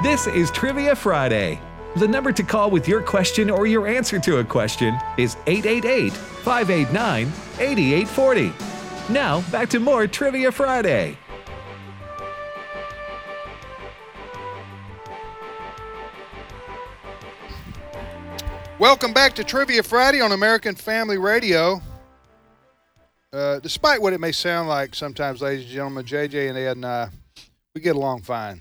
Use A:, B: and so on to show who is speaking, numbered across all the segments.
A: This is Trivia Friday. The number to call with your question or your answer to a question is 888 589 8840. Now, back to more Trivia Friday.
B: Welcome back to Trivia Friday on American Family Radio. Uh, despite what it may sound like sometimes, ladies and gentlemen, JJ and Ed and I, we get along fine.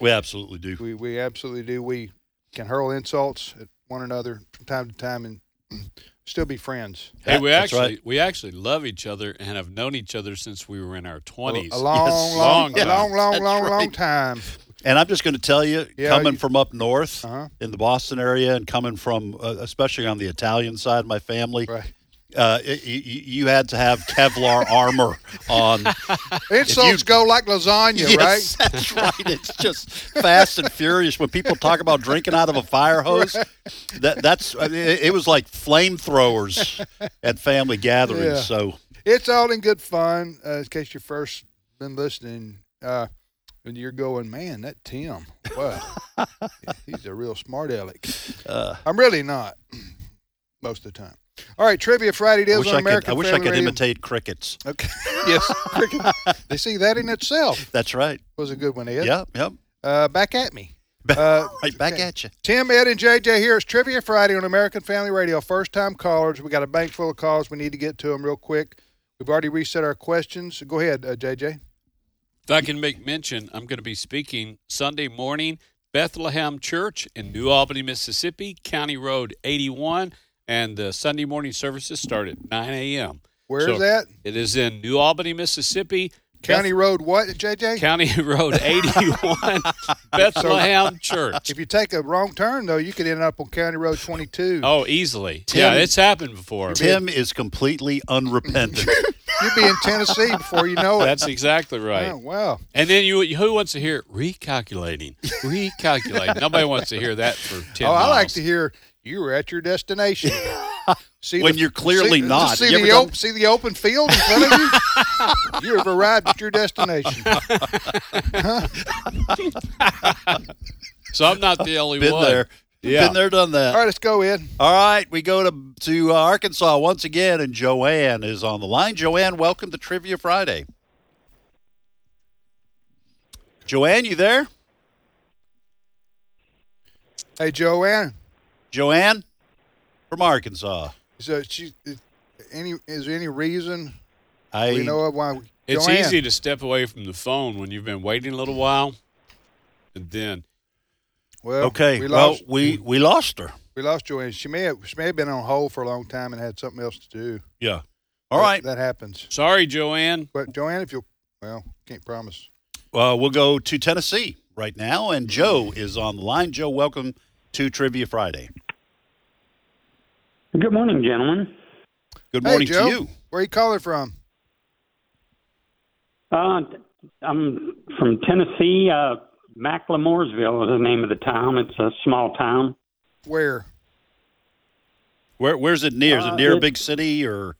C: We absolutely do.
B: We we absolutely do. We can hurl insults at one another from time to time and still be friends.
D: Hey, we
C: That's
D: actually
C: right.
D: we actually love each other and have known each other since we were in our
B: A,
D: twenties.
B: a long, long,
D: Long time.
B: long, long,
C: That's
B: long, long
C: right.
B: time.
C: And I'm just going to tell you,
B: Yeah,
C: coming
B: you-
C: from up north
B: Uh-huh.
C: in the Boston area, and coming from uh, especially on the Italian side of my family,
B: Right.
C: uh, it, you, you had to have Kevlar armor on.
B: Insults go like lasagna,
C: Yes,
B: right?
C: that's right. It's just fast and furious when people talk about drinking out of a fire hose. That that's I mean, it, it was like flamethrowers at family gatherings.
B: Yeah.
C: So
B: It's all in good fun. Uh, in case you're first been listening, uh, and you're going, man, that Tim, wow, he's a real smart aleck.
C: uh,
B: I'm really not most of the time. All right, trivia Friday it
C: I
B: is
C: wish
B: on
C: I could.
B: American
C: I wish I
B: Family
C: could
B: Radio.
C: imitate crickets.
B: Okay. yes. Cricket. They see that in itself
C: That's right.
B: was a good one, Ed.
C: Yep. Yep.
B: Uh, back at me.
C: Ba-
B: Uh,
C: right back
B: okay.
C: at you.
B: Tim, Ed, and JJ here. It's Trivia Friday on American Family Radio. First time callers. We got a bank full of calls. We need to get to them real quick. We've already reset our questions. Go ahead, uh, JJ.
D: If I can make mention, I'm going to be speaking Sunday morning, Bethlehem Church in New Albany, Mississippi, County Road 81, and the Sunday morning services start at 9 a.m.
B: Where is
D: So-
B: that?
D: It is in New Albany, Mississippi,
B: County Road what, JJ?
D: Beth- County Road 81, Bethlehem Church.
B: if you take a wrong turn, though, you could end up on County Road 22.
D: Oh, easily. yeah, it's happened before.
C: Tim is completely unrepentant.
B: You'd be in Tennessee before you know it.
D: That's exactly right.
B: Oh, wow.
D: And then you, who wants to hear recalculating, recalculating? Nobody wants to hear that for ten.
B: oh, I like
D: miles.
B: to hear you were at your destination. See
C: When you're clearly
B: see-
C: not.
B: See
C: You
B: the,
C: ever
B: op-
C: done-
B: see the open field in front of you? you have arrived at your destination.
D: So I'm not the only
C: Been
D: one.
C: there.
D: Yeah.
C: Been there, done that.
B: All right, let's go in.
C: All right, we go to to uh, Arkansas once again, and Joanne is on the line. Joanne, welcome to Trivia Friday. Joanne, you there?
B: Hey, Joanne.
C: Joanne from Arkansas.
B: So she, is any is there any reason
C: I
B: we know of why? we-
D: It's
B: Joanne,
D: easy to step away from the phone when you've been waiting a little while, and then
B: Well,
C: okay.
B: We
C: well,
B: lost,
C: we we lost her.
B: we lost Joanne. She may have she may have been on hold for a long time and had something else to do.
C: Yeah. All
B: That-
C: right.
B: that, happens.
D: sorry, Joanne.
B: But Joanne, if you'll, well, can't promise.
C: Uh, we'll go to Tennessee right now, and Joe is on the line. Joe, welcome to Trivia Friday.
E: Good morning, gentlemen.
C: Good morning
B: hey, Joe,
C: to you.
B: Where you calling from?
E: Uh, I'm from Tennessee. Uh, Macklemooresville is the name of the town. It's a small town.
B: Where?
C: Where, where's it near? Is it
E: Uh,
C: near a
E: it-
C: big city or?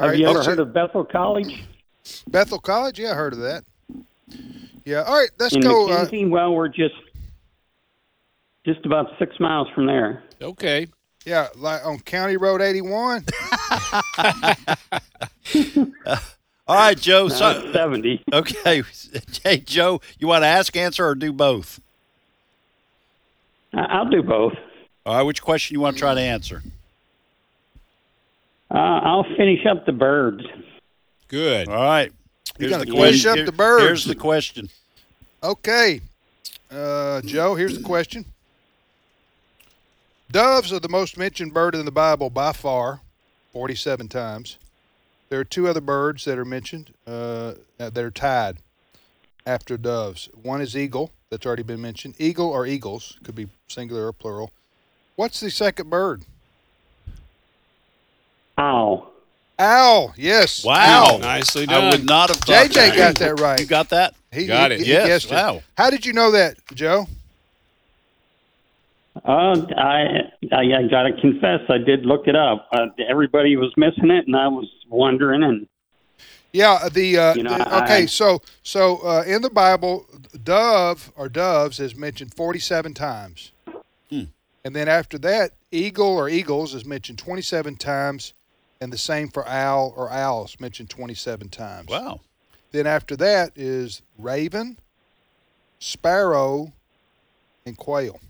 B: All
E: Have
B: right,
E: you ever
B: let's
E: heard
B: see.
E: of Bethel College
B: Bethel College? Yeah, I heard of that. Yeah. All right, let's
E: in
B: go. Uh,
E: McKenzie? well, we're just just about six miles from there.
D: Okay,
B: yeah, like on County Road 81.
C: All right, Joe.
E: Uh,
C: So,
E: Seventy.
C: Okay, hey Joe, you want to ask, answer, or do both?
E: I- I'll do both.
C: All right, which question you want to try to answer?
E: Uh, I'll finish up the birds.
D: good.
C: All right,
B: You
C: Here's
B: gotta
C: the
B: finish
C: question.
B: up
C: Here-
B: the birds.
C: Here's the question.
B: Okay. Uh, Joe, here's the question. Doves are the most mentioned bird in the Bible by far, 47 times. There are two other birds that are mentioned uh, that are tied after doves. One is eagle, that's already been mentioned. Eagle or eagles, could be singular or plural. What's the second bird?
E: Owl.
B: Owl, yes.
C: Wow,
D: Nicely
C: I
D: done.
C: would not have thought
B: JJ
C: that.
B: got that right.
C: You got that?
B: He
D: Got it.
B: He, he
C: Yes,
B: guessed it.
C: wow.
B: How did you know that, Joe?
E: Uh, I, I I gotta confess, I did look it up. Uh, everybody was missing it, and I was wondering. And
B: Yeah, the uh,
E: You know,
B: the-
E: I-
B: okay.
E: I-
B: so so uh, in the Bible, dove or doves is mentioned forty-seven times,
E: Hmm.
B: and then after that, eagle or eagles is mentioned twenty-seven times, and the same for owl or owls mentioned twenty-seven times.
C: Wow.
B: Then after that is raven, sparrow, and quail.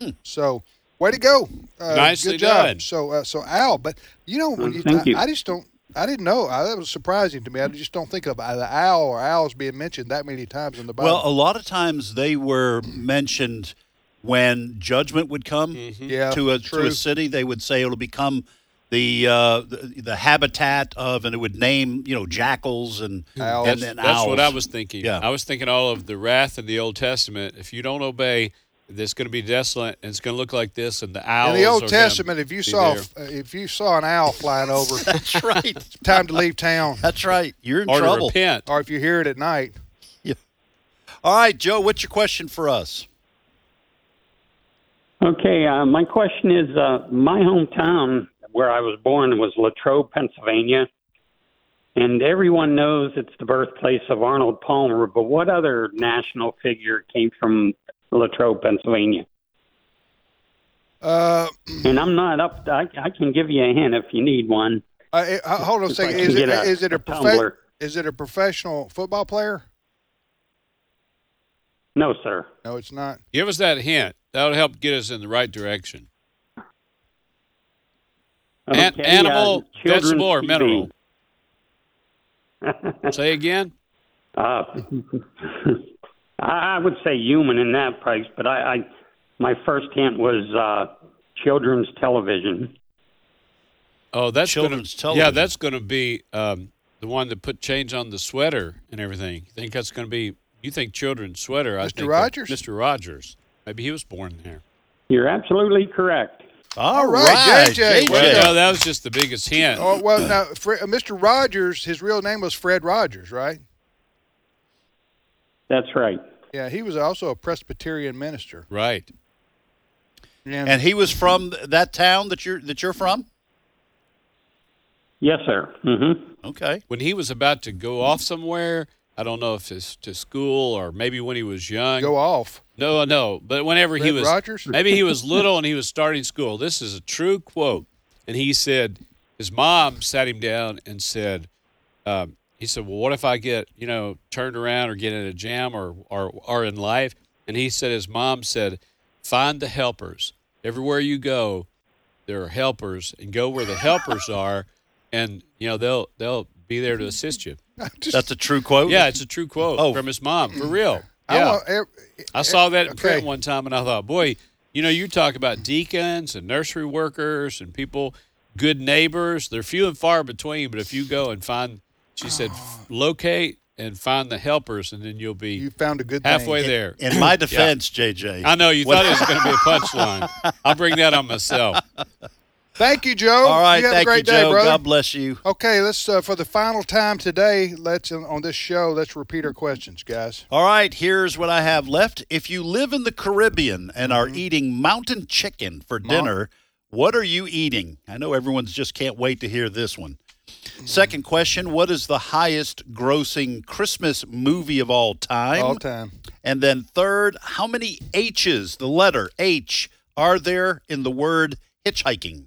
C: Hmm.
B: So way to go! Uh,
D: Nicely
B: good job.
D: done.
B: So uh, so owl, but you know when
E: Well,
B: you,
E: thank
B: I,
E: you.
B: I just don't. I didn't know. I, that was surprising to me. I just don't think of uh, the owl or owls being mentioned that many times in the Bible.
C: Well, a lot of times they were mentioned when judgment would come
B: Mm-hmm. Yeah,
C: um, to a to
B: true.
C: a city. They would say it'll become the, uh, the the habitat of, and it would name you know jackals and
B: Owls.
C: and, and
D: That's what I
C: owls.
D: was thinking.
C: Yeah.
D: I was thinking all of the wrath of the Old Testament. If you don't obey, there's going to be desolate, and it's going to look like this, and the owls.
B: in the Old
D: are gonna
B: Testament, if you
D: be
B: saw
D: there.
B: uh, if you saw an owl flying over, it's
C: That's right.
B: time to leave town.
C: That's right. You're in
D: or to
C: trouble.
D: repent,
B: Or if you hear it at night,
C: All right, Joe. What's your question for us?
E: Okay, uh, my question is uh, my hometown where I was born was Latrobe, Pennsylvania. And everyone knows it's the birthplace of Arnold Palmer, but what other national figure came from Latrobe, Pennsylvania?
B: uh,
E: And I'm not up. I, I can give you a hint if you need one.
B: I, I- hold on a
E: If I
B: second.
E: can
B: Is it
E: get a-
B: is it a
E: a Tumblr.
B: profe- is it a professional football player?
E: No, sir.
B: No, it's not.
D: give us that hint. That'll help get us in the right direction. An-
E: Okay, uh,
D: animal,
E: children's
D: vegetable, or
E: TV.
D: mineral? Say again.
E: Uh, I I would say human in that price, but I, I my first hint was uh, children's television.
D: Oh, that's
C: Children's
D: gonna, Yeah,
C: television.
D: that's going to be um, the one that put change on the sweater and everything. You think that's going to be? You think children's sweater? I
B: Mr.
D: think of
B: Rogers?
D: Mr. Rogers. Maybe he was born there.
E: You're absolutely correct.
C: All
B: right, JJ, well
D: Well,
B: Yeah.
D: no, that was just the biggest hint.
B: Oh well, now Fre- uh, Mr. Rogers, his real name was Fred Rogers, right?
E: That's right.
B: Yeah, he was also a Presbyterian minister.
D: Right.
C: And he was from that town that you're that you're from.
E: Yes, sir. hmm
C: Okay.
D: When he was about to go off somewhere, I don't know if it's to school or maybe when he was young.
B: go off.
D: No, no. But whenever he
B: Fred
D: was,
B: Rogers?
D: maybe he was little and he was starting school. This is a true quote. And he said, his mom sat him down and said, um, he said, well, what if I get, you know, turned around or get in a jam or, or, or in life? And he said, his mom said, find the helpers. Everywhere you go, there are helpers and go where the helpers are. And, you know, they'll, they'll be there to assist you.
C: That's a true quote.
D: Yeah. It's a true quote
C: Oh.
D: from his mom for real.
B: I
D: Yeah.
B: want ev-
D: I saw that in print
B: okay.
D: one time, and I thought, boy, you know, you talk about deacons and nursery workers and people, good neighbors. They're few and far between, but if you go and find, she said, f- locate and find the helpers, and then you'll
B: Ah. you
D: be
B: found a good
D: halfway
B: thing.
D: there.
C: In my defense, JJ.
D: I know you
C: What-
D: thought it was going to be a punchline. I'll bring that on myself.
B: Thank you, Joe.
C: All right.
B: Oh, You have
C: thank
B: a great
C: you,
B: day,
C: Joe.
B: brother.
C: God bless you.
B: Okay, let's uh, for the final time today. Let's uh, on this show. Let's repeat our questions, guys.
C: All right, here's what I have left. If you live in the Caribbean and are
B: Mm-hmm.
C: eating mountain chicken for dinner, what are you eating? I know everyone's just can't wait to hear this one.
B: Mm-hmm.
C: Second question What is the highest grossing Christmas movie of all time?
B: All time.
C: And then third, how many H's, the letter H, are there in the word hitchhiking?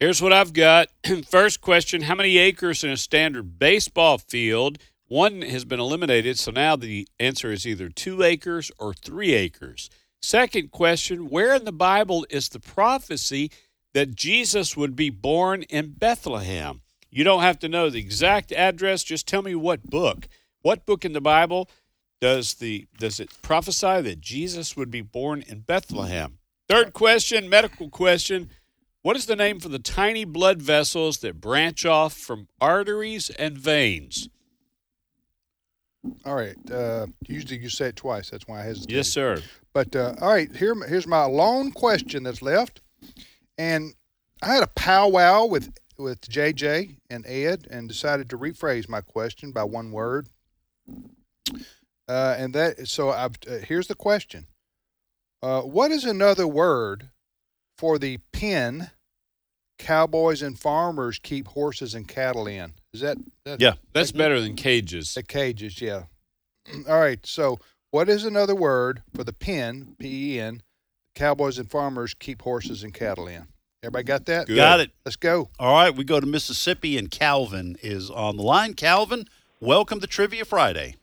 D: Here's what I've got. First question How many acres in a standard baseball field? One has been eliminated, so now the answer is either two acres or three acres. Second question Where in the Bible is the prophecy that Jesus would be born in Bethlehem? You don't have to know the exact address, just tell me what book. What book in the Bible does the does it prophesy that Jesus would be born in Bethlehem? Third question, medical question. What is the name for the tiny blood vessels that branch off from arteries and veins?
B: All right. Uh, usually you say it twice. That's why I hesitated.
D: Yes, sir.
B: But uh, all right, here here's my lone question that's left, and I had a powwow with with JJ and Ed, and decided to rephrase my question by one word. Uh, and that so I've uh, here's the question: uh, What is another word for the pen, cowboys and farmers keep horses and cattle in. Is that, that
C: Yeah.
D: That's better than cages.
B: The cages, yeah. All right. So, what is another word for the pen? P E N. Cowboys and farmers keep horses and cattle in. Everybody got that?
D: Good.
C: Got it.
B: Let's go.
C: All right, we go to Mississippi, and Calvin is on the line. Calvin, welcome to Trivia Friday.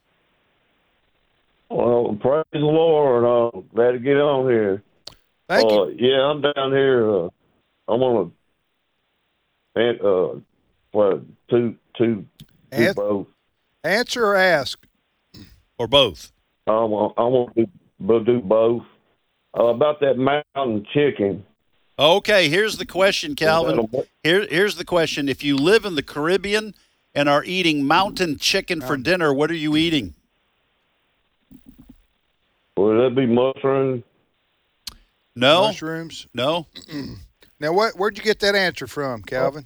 F: Well, praise the Lord. I'm glad to get on here.
B: Thank
F: uh,
B: you.
F: Yeah, I'm down here. Uh, I'm on a and, uh, well, two, two, two
B: An-
F: boats.
B: answer or ask?
C: Or both.
F: I'm on, I'm on do, we'll do both. Uh, about that mountain chicken.
C: Okay, here's the question, Calvin.
F: That'll-
C: Here, here's the question. If you live in the Caribbean and are eating mountain chicken for dinner, what are you eating?
F: Will that be mushroom?
C: No,
B: Mushrooms.
C: no.
B: Now, what? Where'd you get that answer from, Calvin?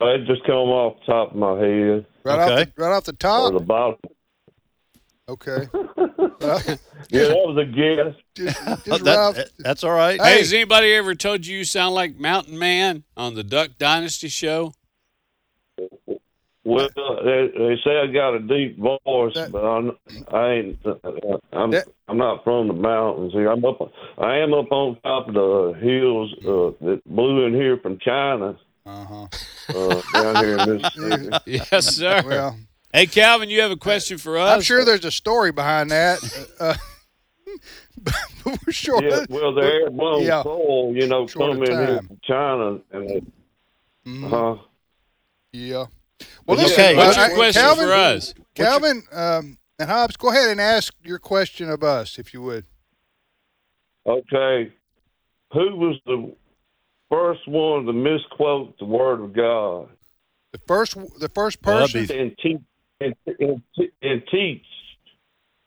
D: Oh.
F: Uh, It just come off the top of my head
B: Right off,
C: Okay.
B: the, right off the
F: or
B: top.
F: the bottom.
B: Okay.
F: Yeah, that was a guess.
B: just just
C: Uh,
B: right
C: that-
B: off.
C: that- that's all right.
D: Hey,
B: Hey.
D: has anybody ever told you you sound like Mountain Man on the Duck Dynasty show?
F: Well, they, they say I got a deep voice,
B: That-
F: but I'm, I ain't. uh, I'm
B: That-
F: I'm not from the mountains here. I'm up. I am up on top of the hills uh, that blew in here from China
B: Uh-huh.
F: uh, down here in Mississippi.
D: Yes, sir.
B: Well,
D: hey, Calvin, you have a question for us?
B: I'm sure there's a story behind that. Uh, but we're sure.
F: Yeah, well, the air blown
B: Yeah.
F: coal, you know,
B: Short
F: come
B: of
F: in here
B: time. Mm-hmm.
F: from China, and it, huh?
B: Yeah. Well, listen,
C: Okay,
F: Okay,
D: What's
B: uh,
D: your
B: I-
D: question
B: Calvin,
D: for us?
B: Calvin um, and Hobbs, go ahead and ask your question of us, if you would.
F: Okay, who was the first one to misquote the word of God?
B: The first, the first
C: Well, that'd
B: person.
C: be-
F: and teach and, and, and teach.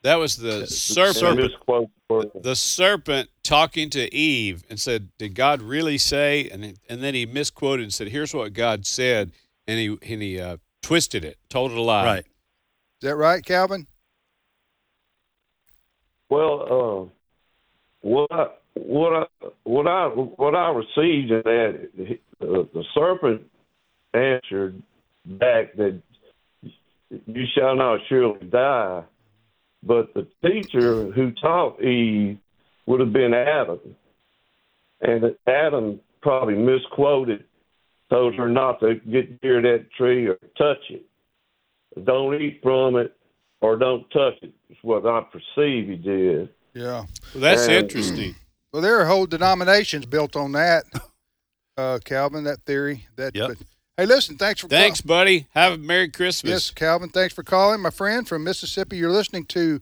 D: That was the serpent.
F: Misquote word.
D: The serpent talking to Eve and said, "Did God really say?" And and then he misquoted and said, "Here's what God said," and he and he uh, twisted it, told it a lie.
C: Right.
B: is that right, Calvin?
F: Well, uh, what I, what I, what I what I received in that uh, the serpent answered back that you shall not surely die, but the teacher who taught Eve would have been Adam, and Adam probably misquoted, told her not to get near that tree or touch it, don't eat from it, or don't touch it. Is what I perceive he did.
B: Yeah.
D: Well, that's
F: And-
D: interesting.
B: Well, there are whole denominations built on that, uh, Calvin. That theory. That.
C: Yep.
B: hey, listen. Thanks for call-
D: Thanks, buddy. Have a merry
B: Yes,
D: Christmas.
B: Calvin. Thanks for calling, my friend from Mississippi. You're listening to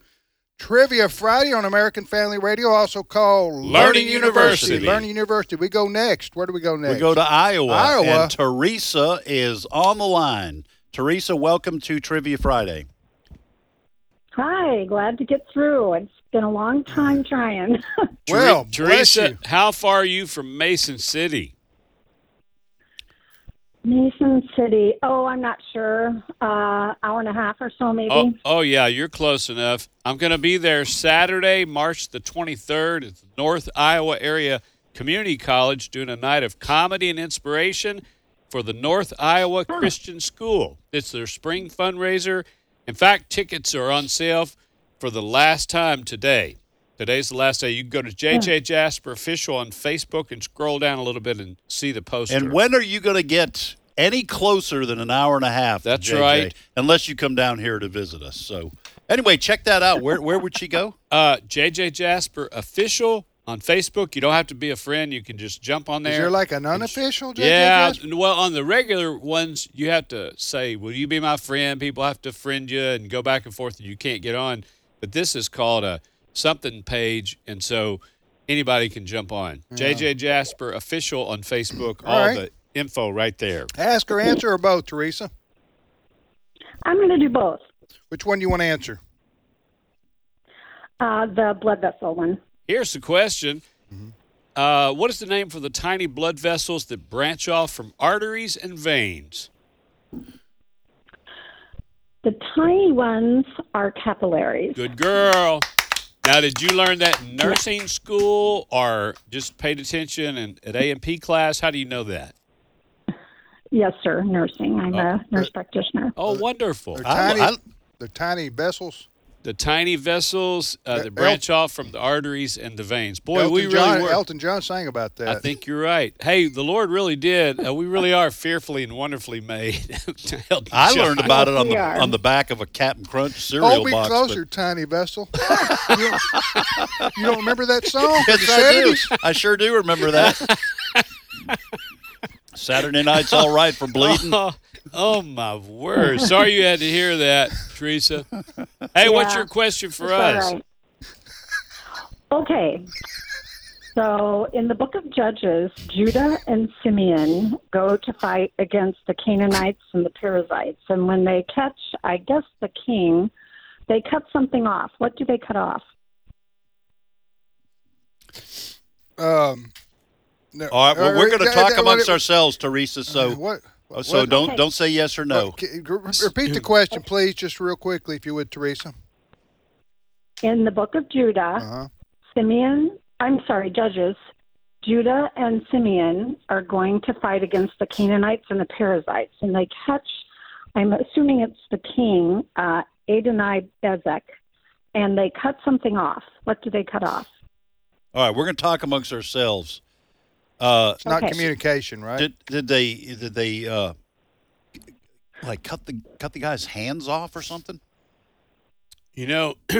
B: Trivia Friday on American Family Radio, also called
D: Learning University.
B: Learning University. We go next. Where do we go next?
C: We go to Iowa,
B: Iowa.
C: and Teresa is on the line. Teresa, welcome to Trivia Friday.
G: Hi, glad to get through. It's been a long time trying.
D: Tere-
B: Well, bless
D: Teresa,
B: you.
D: how far are you from Mason City?
G: Mason City. Oh, I'm not sure. Uh, hour and a half or so, maybe.
D: Oh, oh yeah, you're close enough. I'm going to be there Saturday, March the 23rd at the North Iowa Area Community College doing a night of comedy and inspiration for the North Iowa Christian School. It's their spring fundraiser. In fact, tickets are on sale f- for the last time today. Today's the last day. You can go to JJ Jasper Official on Facebook and scroll down a little bit and see the poster.
C: And when are you going to get any closer than an hour and a half? to
D: That's
C: JJ?
D: right.
C: Unless you come down here to visit us. So, anyway, check that out. Where where would she go?
D: Uh, JJ Jasper official on Facebook. You don't have to be a friend. You can just jump on there.
B: Is there like an unofficial? JJ
D: yeah,
B: Jasper?
D: well, on the regular ones, you have to say, "Will you be my friend?" People have to friend you and go back and forth, and you can't get on. But this is called a something page, and so anybody can jump on. JJ Jasper official on Facebook.
B: All
D: All,
B: right.
D: the info right there.
B: Ask or answer or both, Teresa.
G: I'm going to do both.
B: Which one do you want to answer?
G: Uh, the blood vessel one.
D: Here's the question.
B: Mm-hmm.
D: Uh, what is the name for the tiny blood vessels that branch off from arteries and veins?
G: The tiny ones are capillaries.
D: Good girl. Now, did you learn that in nursing school or just paid attention and at A&P class? How do you know that?
G: Yes, sir. Nursing. I'm a nurse practitioner.
D: Oh, wonderful.
B: They're
C: I-
B: tiny.
C: I-
B: they're tiny vessels.
D: The tiny vessels uh, that branch off from the arteries and the veins. Boy,
B: Elton
D: we really
B: John,
D: were.
B: Elton John sang about that.
D: I think you're right. Hey, the Lord really did. Uh, we really are fearfully and wonderfully made. to help
C: I
D: each other.
C: learned about it on the
G: We are.
C: on the back of a Captain Crunch cereal
B: Oh, be
C: box. but-
B: closer, tiny vessel. you, don't, you don't remember that song? from the
C: Yes, I do.
B: 70s?
C: I sure do remember that. Saturday night's all right for bleeding.
D: Oh, oh, my word. Sorry you had to hear that, Teresa. Hey, what's
G: Yeah.
D: your question for
G: That's
D: us?
G: all right. Okay. So in the book of Judges, Judah and Simeon go to fight against the Canaanites and the Perizzites. And when they catch, I guess, the king, they cut something off. What do they cut off?
B: Um, no,
C: All right, well,
B: uh,
C: we're going to
B: that-
C: talk
B: that-
C: amongst
B: what-
C: ourselves, Teresa. So, oh,
B: What?
C: so
B: what-
C: don't don't say yes or no.
B: Okay, r- Repeat the question, please, just real quickly, if you would, Teresa.
G: In the book of Judah,
B: Uh-huh.
G: Simeon, I'm sorry, Judges, Judah and Simeon are going to fight against the Canaanites and the Perizzites, and they catch, I'm assuming it's the king, uh, Adonai Bezek, and they cut something off. What do they cut off?
C: All right, we're going to talk amongst ourselves. Uh,
B: It's not
G: Okay.
B: communication, right?
C: did did they did they uh, like cut the cut the guy's hands off or something?
D: You know,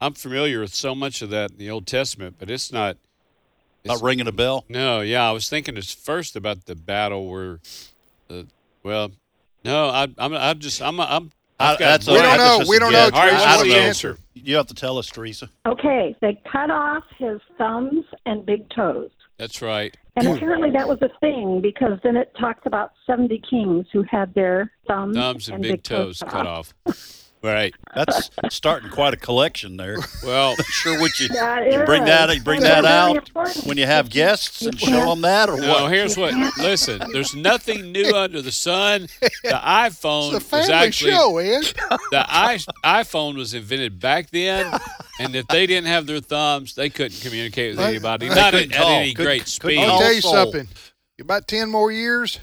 D: I'm familiar with so much of that in the Old Testament, but it's not.
C: Not ringing a bell.
D: No, yeah, I was thinking it's first about the battle where, uh, well, no, I, I'm, I'm just, I'm, I'm.
C: I-
D: I've got-
C: that's
B: we
C: all right.
B: don't
C: That's
B: know.
C: just
B: We
C: a
B: don't
C: guess.
B: know.
D: All right,
B: Teresa.
D: I
B: What's
D: don't
B: the
D: know.
B: answer?
C: You have to tell us, Teresa.
G: Okay, they cut off his thumbs and big toes.
D: That's right.
G: And apparently that was a thing because then it talks about 70 kings who had their thumbs,
D: Thumbs and, big, toes cut off. right.
C: That's starting quite a collection there.
D: Well,
C: Sure, would you,
G: That
C: you bring
G: is.
C: that you bring that
G: They're very
C: out
G: important.
C: when you have guests
G: You
C: and show them that or
D: no,
C: what?
D: here's what. Listen, there's nothing new under the sun. The iPhone
B: It's a
D: was
B: family
D: actually
B: show, Ian.
D: the i iPhone was invented back then, and if they didn't have their thumbs, they couldn't communicate with
B: They-
D: anybody.
B: they
D: Not
C: couldn't
D: at, at
C: call.
D: any
C: Couldn't-
D: great
C: couldn't
D: speed.
C: Hey,
B: I'll tell you
C: also-
B: something. About ten more years,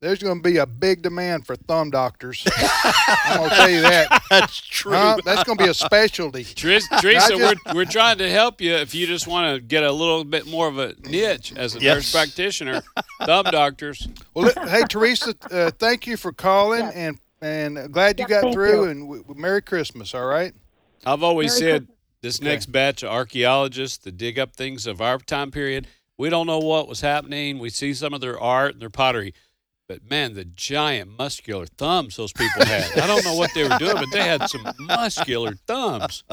B: there's going to be a big demand for thumb doctors. I'm going to tell you that.
C: That's true.
B: Huh? That's going to be a specialty.
D: Tris- Teresa,
B: I
D: we're,
B: just-
D: we're trying to help you. If you just want to get a little bit more of a niche as a
C: Yes.
D: nurse practitioner, thumb doctors.
B: Well, li- hey Teresa, uh, thank you for calling and and glad you
G: Yeah,
B: got
G: thank
B: through.
G: you.
B: And w- w- Merry Christmas. All right.
D: I've always
G: Merry
D: said this next batch of archaeologists that dig up things of our time period, we don't know what was happening. We see some of their art and their pottery. But man, the giant muscular thumbs those people had. I don't know what they were doing, but they had some muscular thumbs.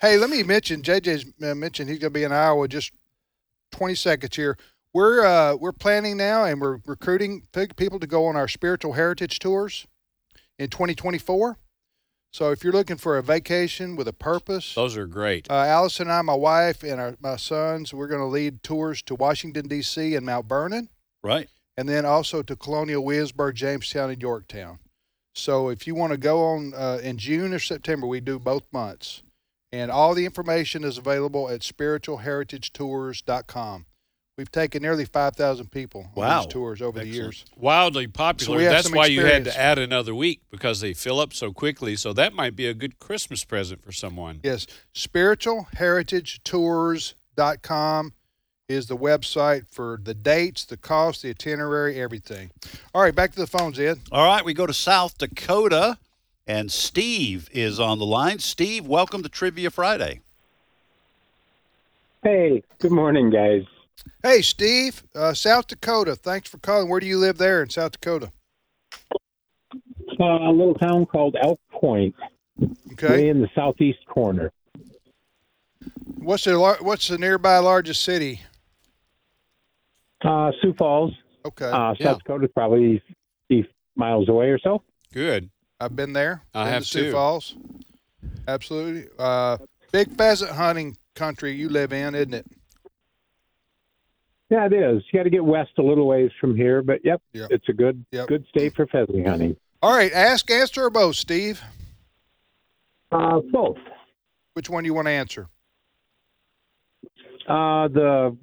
B: Hey, let me mention JJ's uh, mentioned he's going to be in Iowa just 20 seconds here. We're uh, we're planning now and we're recruiting pe- people to go on our spiritual heritage tours in 2024. So if you're looking for a vacation with a purpose,
D: Those are great.
B: uh, Alice and I, my wife and our, my sons, we're going to lead tours to Washington D.C. and Mount Vernon,
C: Right.
B: and then also to Colonial Williamsburg, Jamestown, and Yorktown. So if you want to go on uh, in June or September, we do both months. And all the information is available at spiritualheritagetours.com. We've taken nearly 5,000 people on
C: Wow.
B: these tours over
C: Excellent.
B: the years.
D: Wildly popular.
B: have
D: That's
B: some
D: why you had
B: experience.
D: to add another week because they fill up so quickly. So that might be a good Christmas present for someone.
B: Yes, spiritualheritagetours.com is the website for the dates, the cost, the itinerary, everything. All right, back to the phones, Ed.
C: All right, we go to South Dakota and Steve is on the line. Steve, welcome to Trivia Friday.
H: Hey, good morning, guys.
B: Hey, Steve, uh, South Dakota. Thanks for calling. Where do you live there in South Dakota?
H: Uh, a little town called Elk Point, way
B: Okay.
H: in the southeast corner.
B: What's the lar- what's the nearby largest city?
H: Uh, Sioux Falls,
B: Okay,
H: uh,
D: yeah.
H: South Dakota, probably 50 miles away or so.
D: Good.
B: I've been there.
D: I
B: been
D: have
B: to Sioux
D: too.
B: Falls. Absolutely. Uh, big pheasant hunting country you live in, isn't it?
H: Yeah, it is. You got to get west a little ways from here, but yep,
B: Yep.
H: it's a good
B: Yep.
H: good state for pheasant hunting.
B: All right, ask, answer, or both, Steve.
H: Uh, both.
B: Which one do you want to answer?
H: Uh, the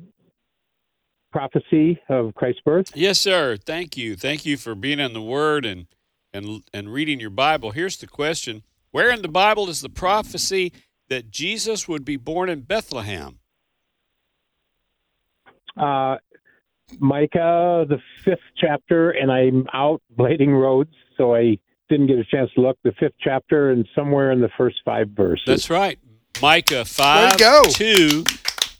H: prophecy of Christ's birth.
D: Yes, sir. Thank you. Thank you for being in the Word and and and reading your Bible. Here's the question: Where in the Bible is the prophecy that Jesus would be born in Bethlehem?
H: Uh, Micah, the fifth chapter, and I'm out blading roads, so I didn't get a chance to look. The fifth chapter, and somewhere in the first five verses.
D: That's right, Micah five
B: go.
D: two,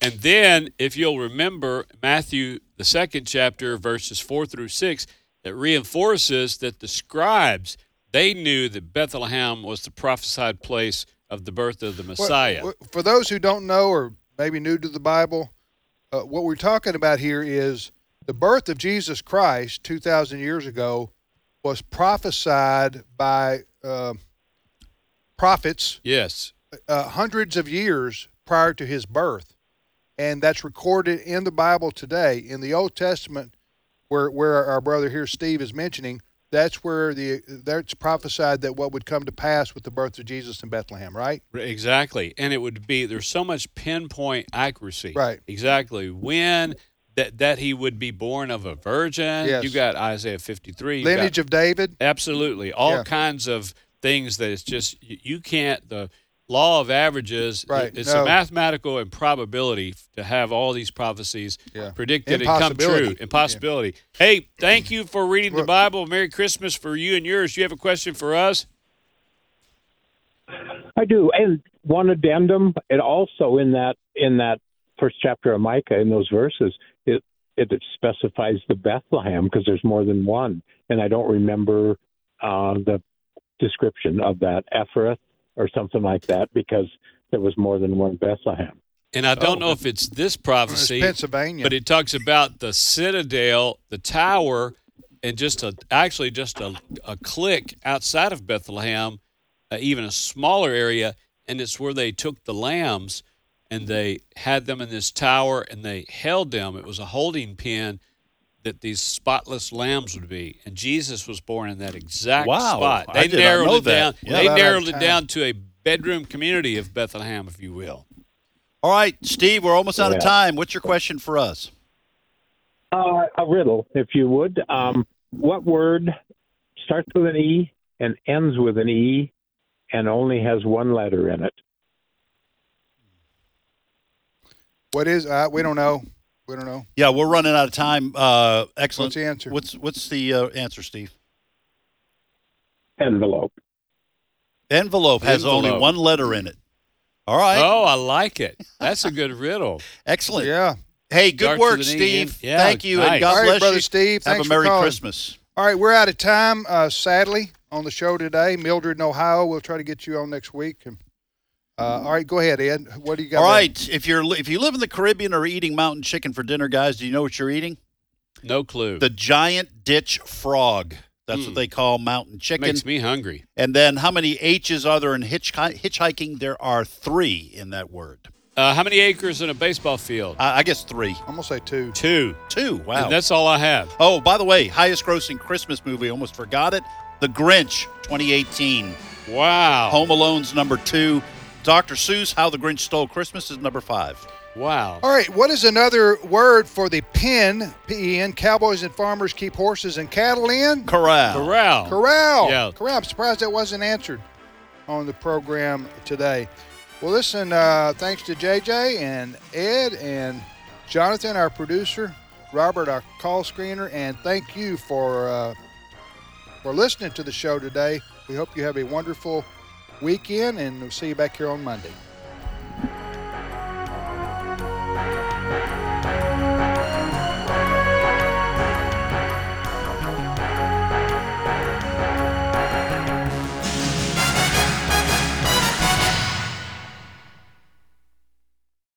D: and then if you'll remember Matthew the second chapter verses four through six that reinforces that the scribes they knew that Bethlehem was the prophesied place of the birth of the Messiah.
B: Well, well, For those who don't know or maybe new to the Bible, uh, what we're talking about here is the birth of Jesus Christ 2,000 years ago was prophesied by uh, prophets
D: Yes.
B: uh, hundreds of years prior to his birth. And that's recorded in the Bible today. In the Old Testament, where, where our brother here, Steve, is mentioning, that's where the that's prophesied that what would come to pass with the birth of Jesus in Bethlehem, right?
D: Right, Exactly. And it would be there's so much pinpoint accuracy.
B: Right.
D: Exactly. When that that he would be born of a virgin.
B: Yes.
D: You got Isaiah 53. you
B: Lineage
D: got-
B: of David.
D: absolutely. All
B: Yeah.
D: kinds of things that it's just you, you can't the law of averages
B: Right,
D: it's
B: no.
D: a mathematical improbability to have all these prophecies
B: Yeah.
D: predicted and come true.
B: Impossibility.
D: Impossibility. Hey, thank you for reading the Bible. Merry Christmas for you and yours. You have a question for us?
H: I do, and one addendum, and also in that in that first chapter of Micah, in those verses, it it specifies the Bethlehem because there's more than one, and I don't remember uh, the description of that Ephrath or something like that because there was more than one Bethlehem.
D: And I don't know if it's this
B: Oh. It's
D: prophecy.
B: Pennsylvania.
D: But it talks about the citadel, the tower, and just a actually just a, a click outside of Bethlehem, uh, even a smaller area, and it's where they took the lambs and they had them in this tower and they held them. It was a holding pen that these spotless lambs would be, and Jesus was born in that exact
C: Wow,
D: spot.
C: I
D: They
C: did not
D: narrowed
C: know
D: it down.
C: that. Yeah.
D: they
B: Well, that
D: narrowed
B: I-
D: it down to a bedroom community of Bethlehem, if you will.
C: All right, Steve, we're almost out of
H: Yeah.
C: time. What's your question for us?
H: Uh, a riddle, if you would. Um, what word starts with an E and ends with an E, and only has one letter in it?
B: What is? Uh, we don't know. We don't know.
C: Yeah, we're running out of time. Uh, excellent.
B: What's the answer?
C: What's what's the uh, answer, Steve?
H: Envelope.
C: Envelope has only
D: Envelope.
C: one letter in it. All right,
D: Oh, I like it. That's a good riddle.
C: excellent.
B: Yeah.
C: Hey, good
D: Darts
C: work,
D: with an E
C: Steve.
D: in- yeah,
C: Thank you, and
D: nice.
C: God
B: All right,
C: bless
B: brother
C: you.
B: Steve,
C: Have
B: thanks for
C: a merry
B: calling.
C: Christmas.
B: All right, we're out of time. Uh, sadly, on the show today, Mildred in Ohio. We'll try to get you on next week. And, uh, all right, go ahead, Ed. What do you got?
C: All
B: left?
C: right, if you're if you live in the Caribbean or are eating mountain chicken for dinner, guys, do you know what you're eating?
D: No clue.
C: The giant ditch frog. That's what they call mountain chicken.
D: Hmm. Makes me hungry.
C: and then how many H's are there in hitchhi- hitchhiking? There are three in that word.
D: Uh, how many acres in a baseball field?
C: I, I guess three.
B: I'm gonna say two.
D: Two.
C: Uh, Two. Wow.
D: And that's all I have.
C: Oh, by the way, highest grossing Christmas movie, almost forgot it. The Grinch, 2018.
D: Wow.
C: Home Alone's number two. Dr. Seuss, How the Grinch Stole Christmas is number five.
D: Wow.
B: All right, what is another word for the pen? P E N. Cowboys and farmers keep horses and cattle in
C: Corral.
D: Corral.
B: corral.
D: Yeah.
B: Corral. I'm surprised that wasn't answered on the program today. Well, listen. Uh, thanks to JJ and Ed and Jonathan, our producer, Robert, our call screener, and thank you for uh, for listening to the show today. We hope you have a wonderful weekend, and we'll see you back here on Monday.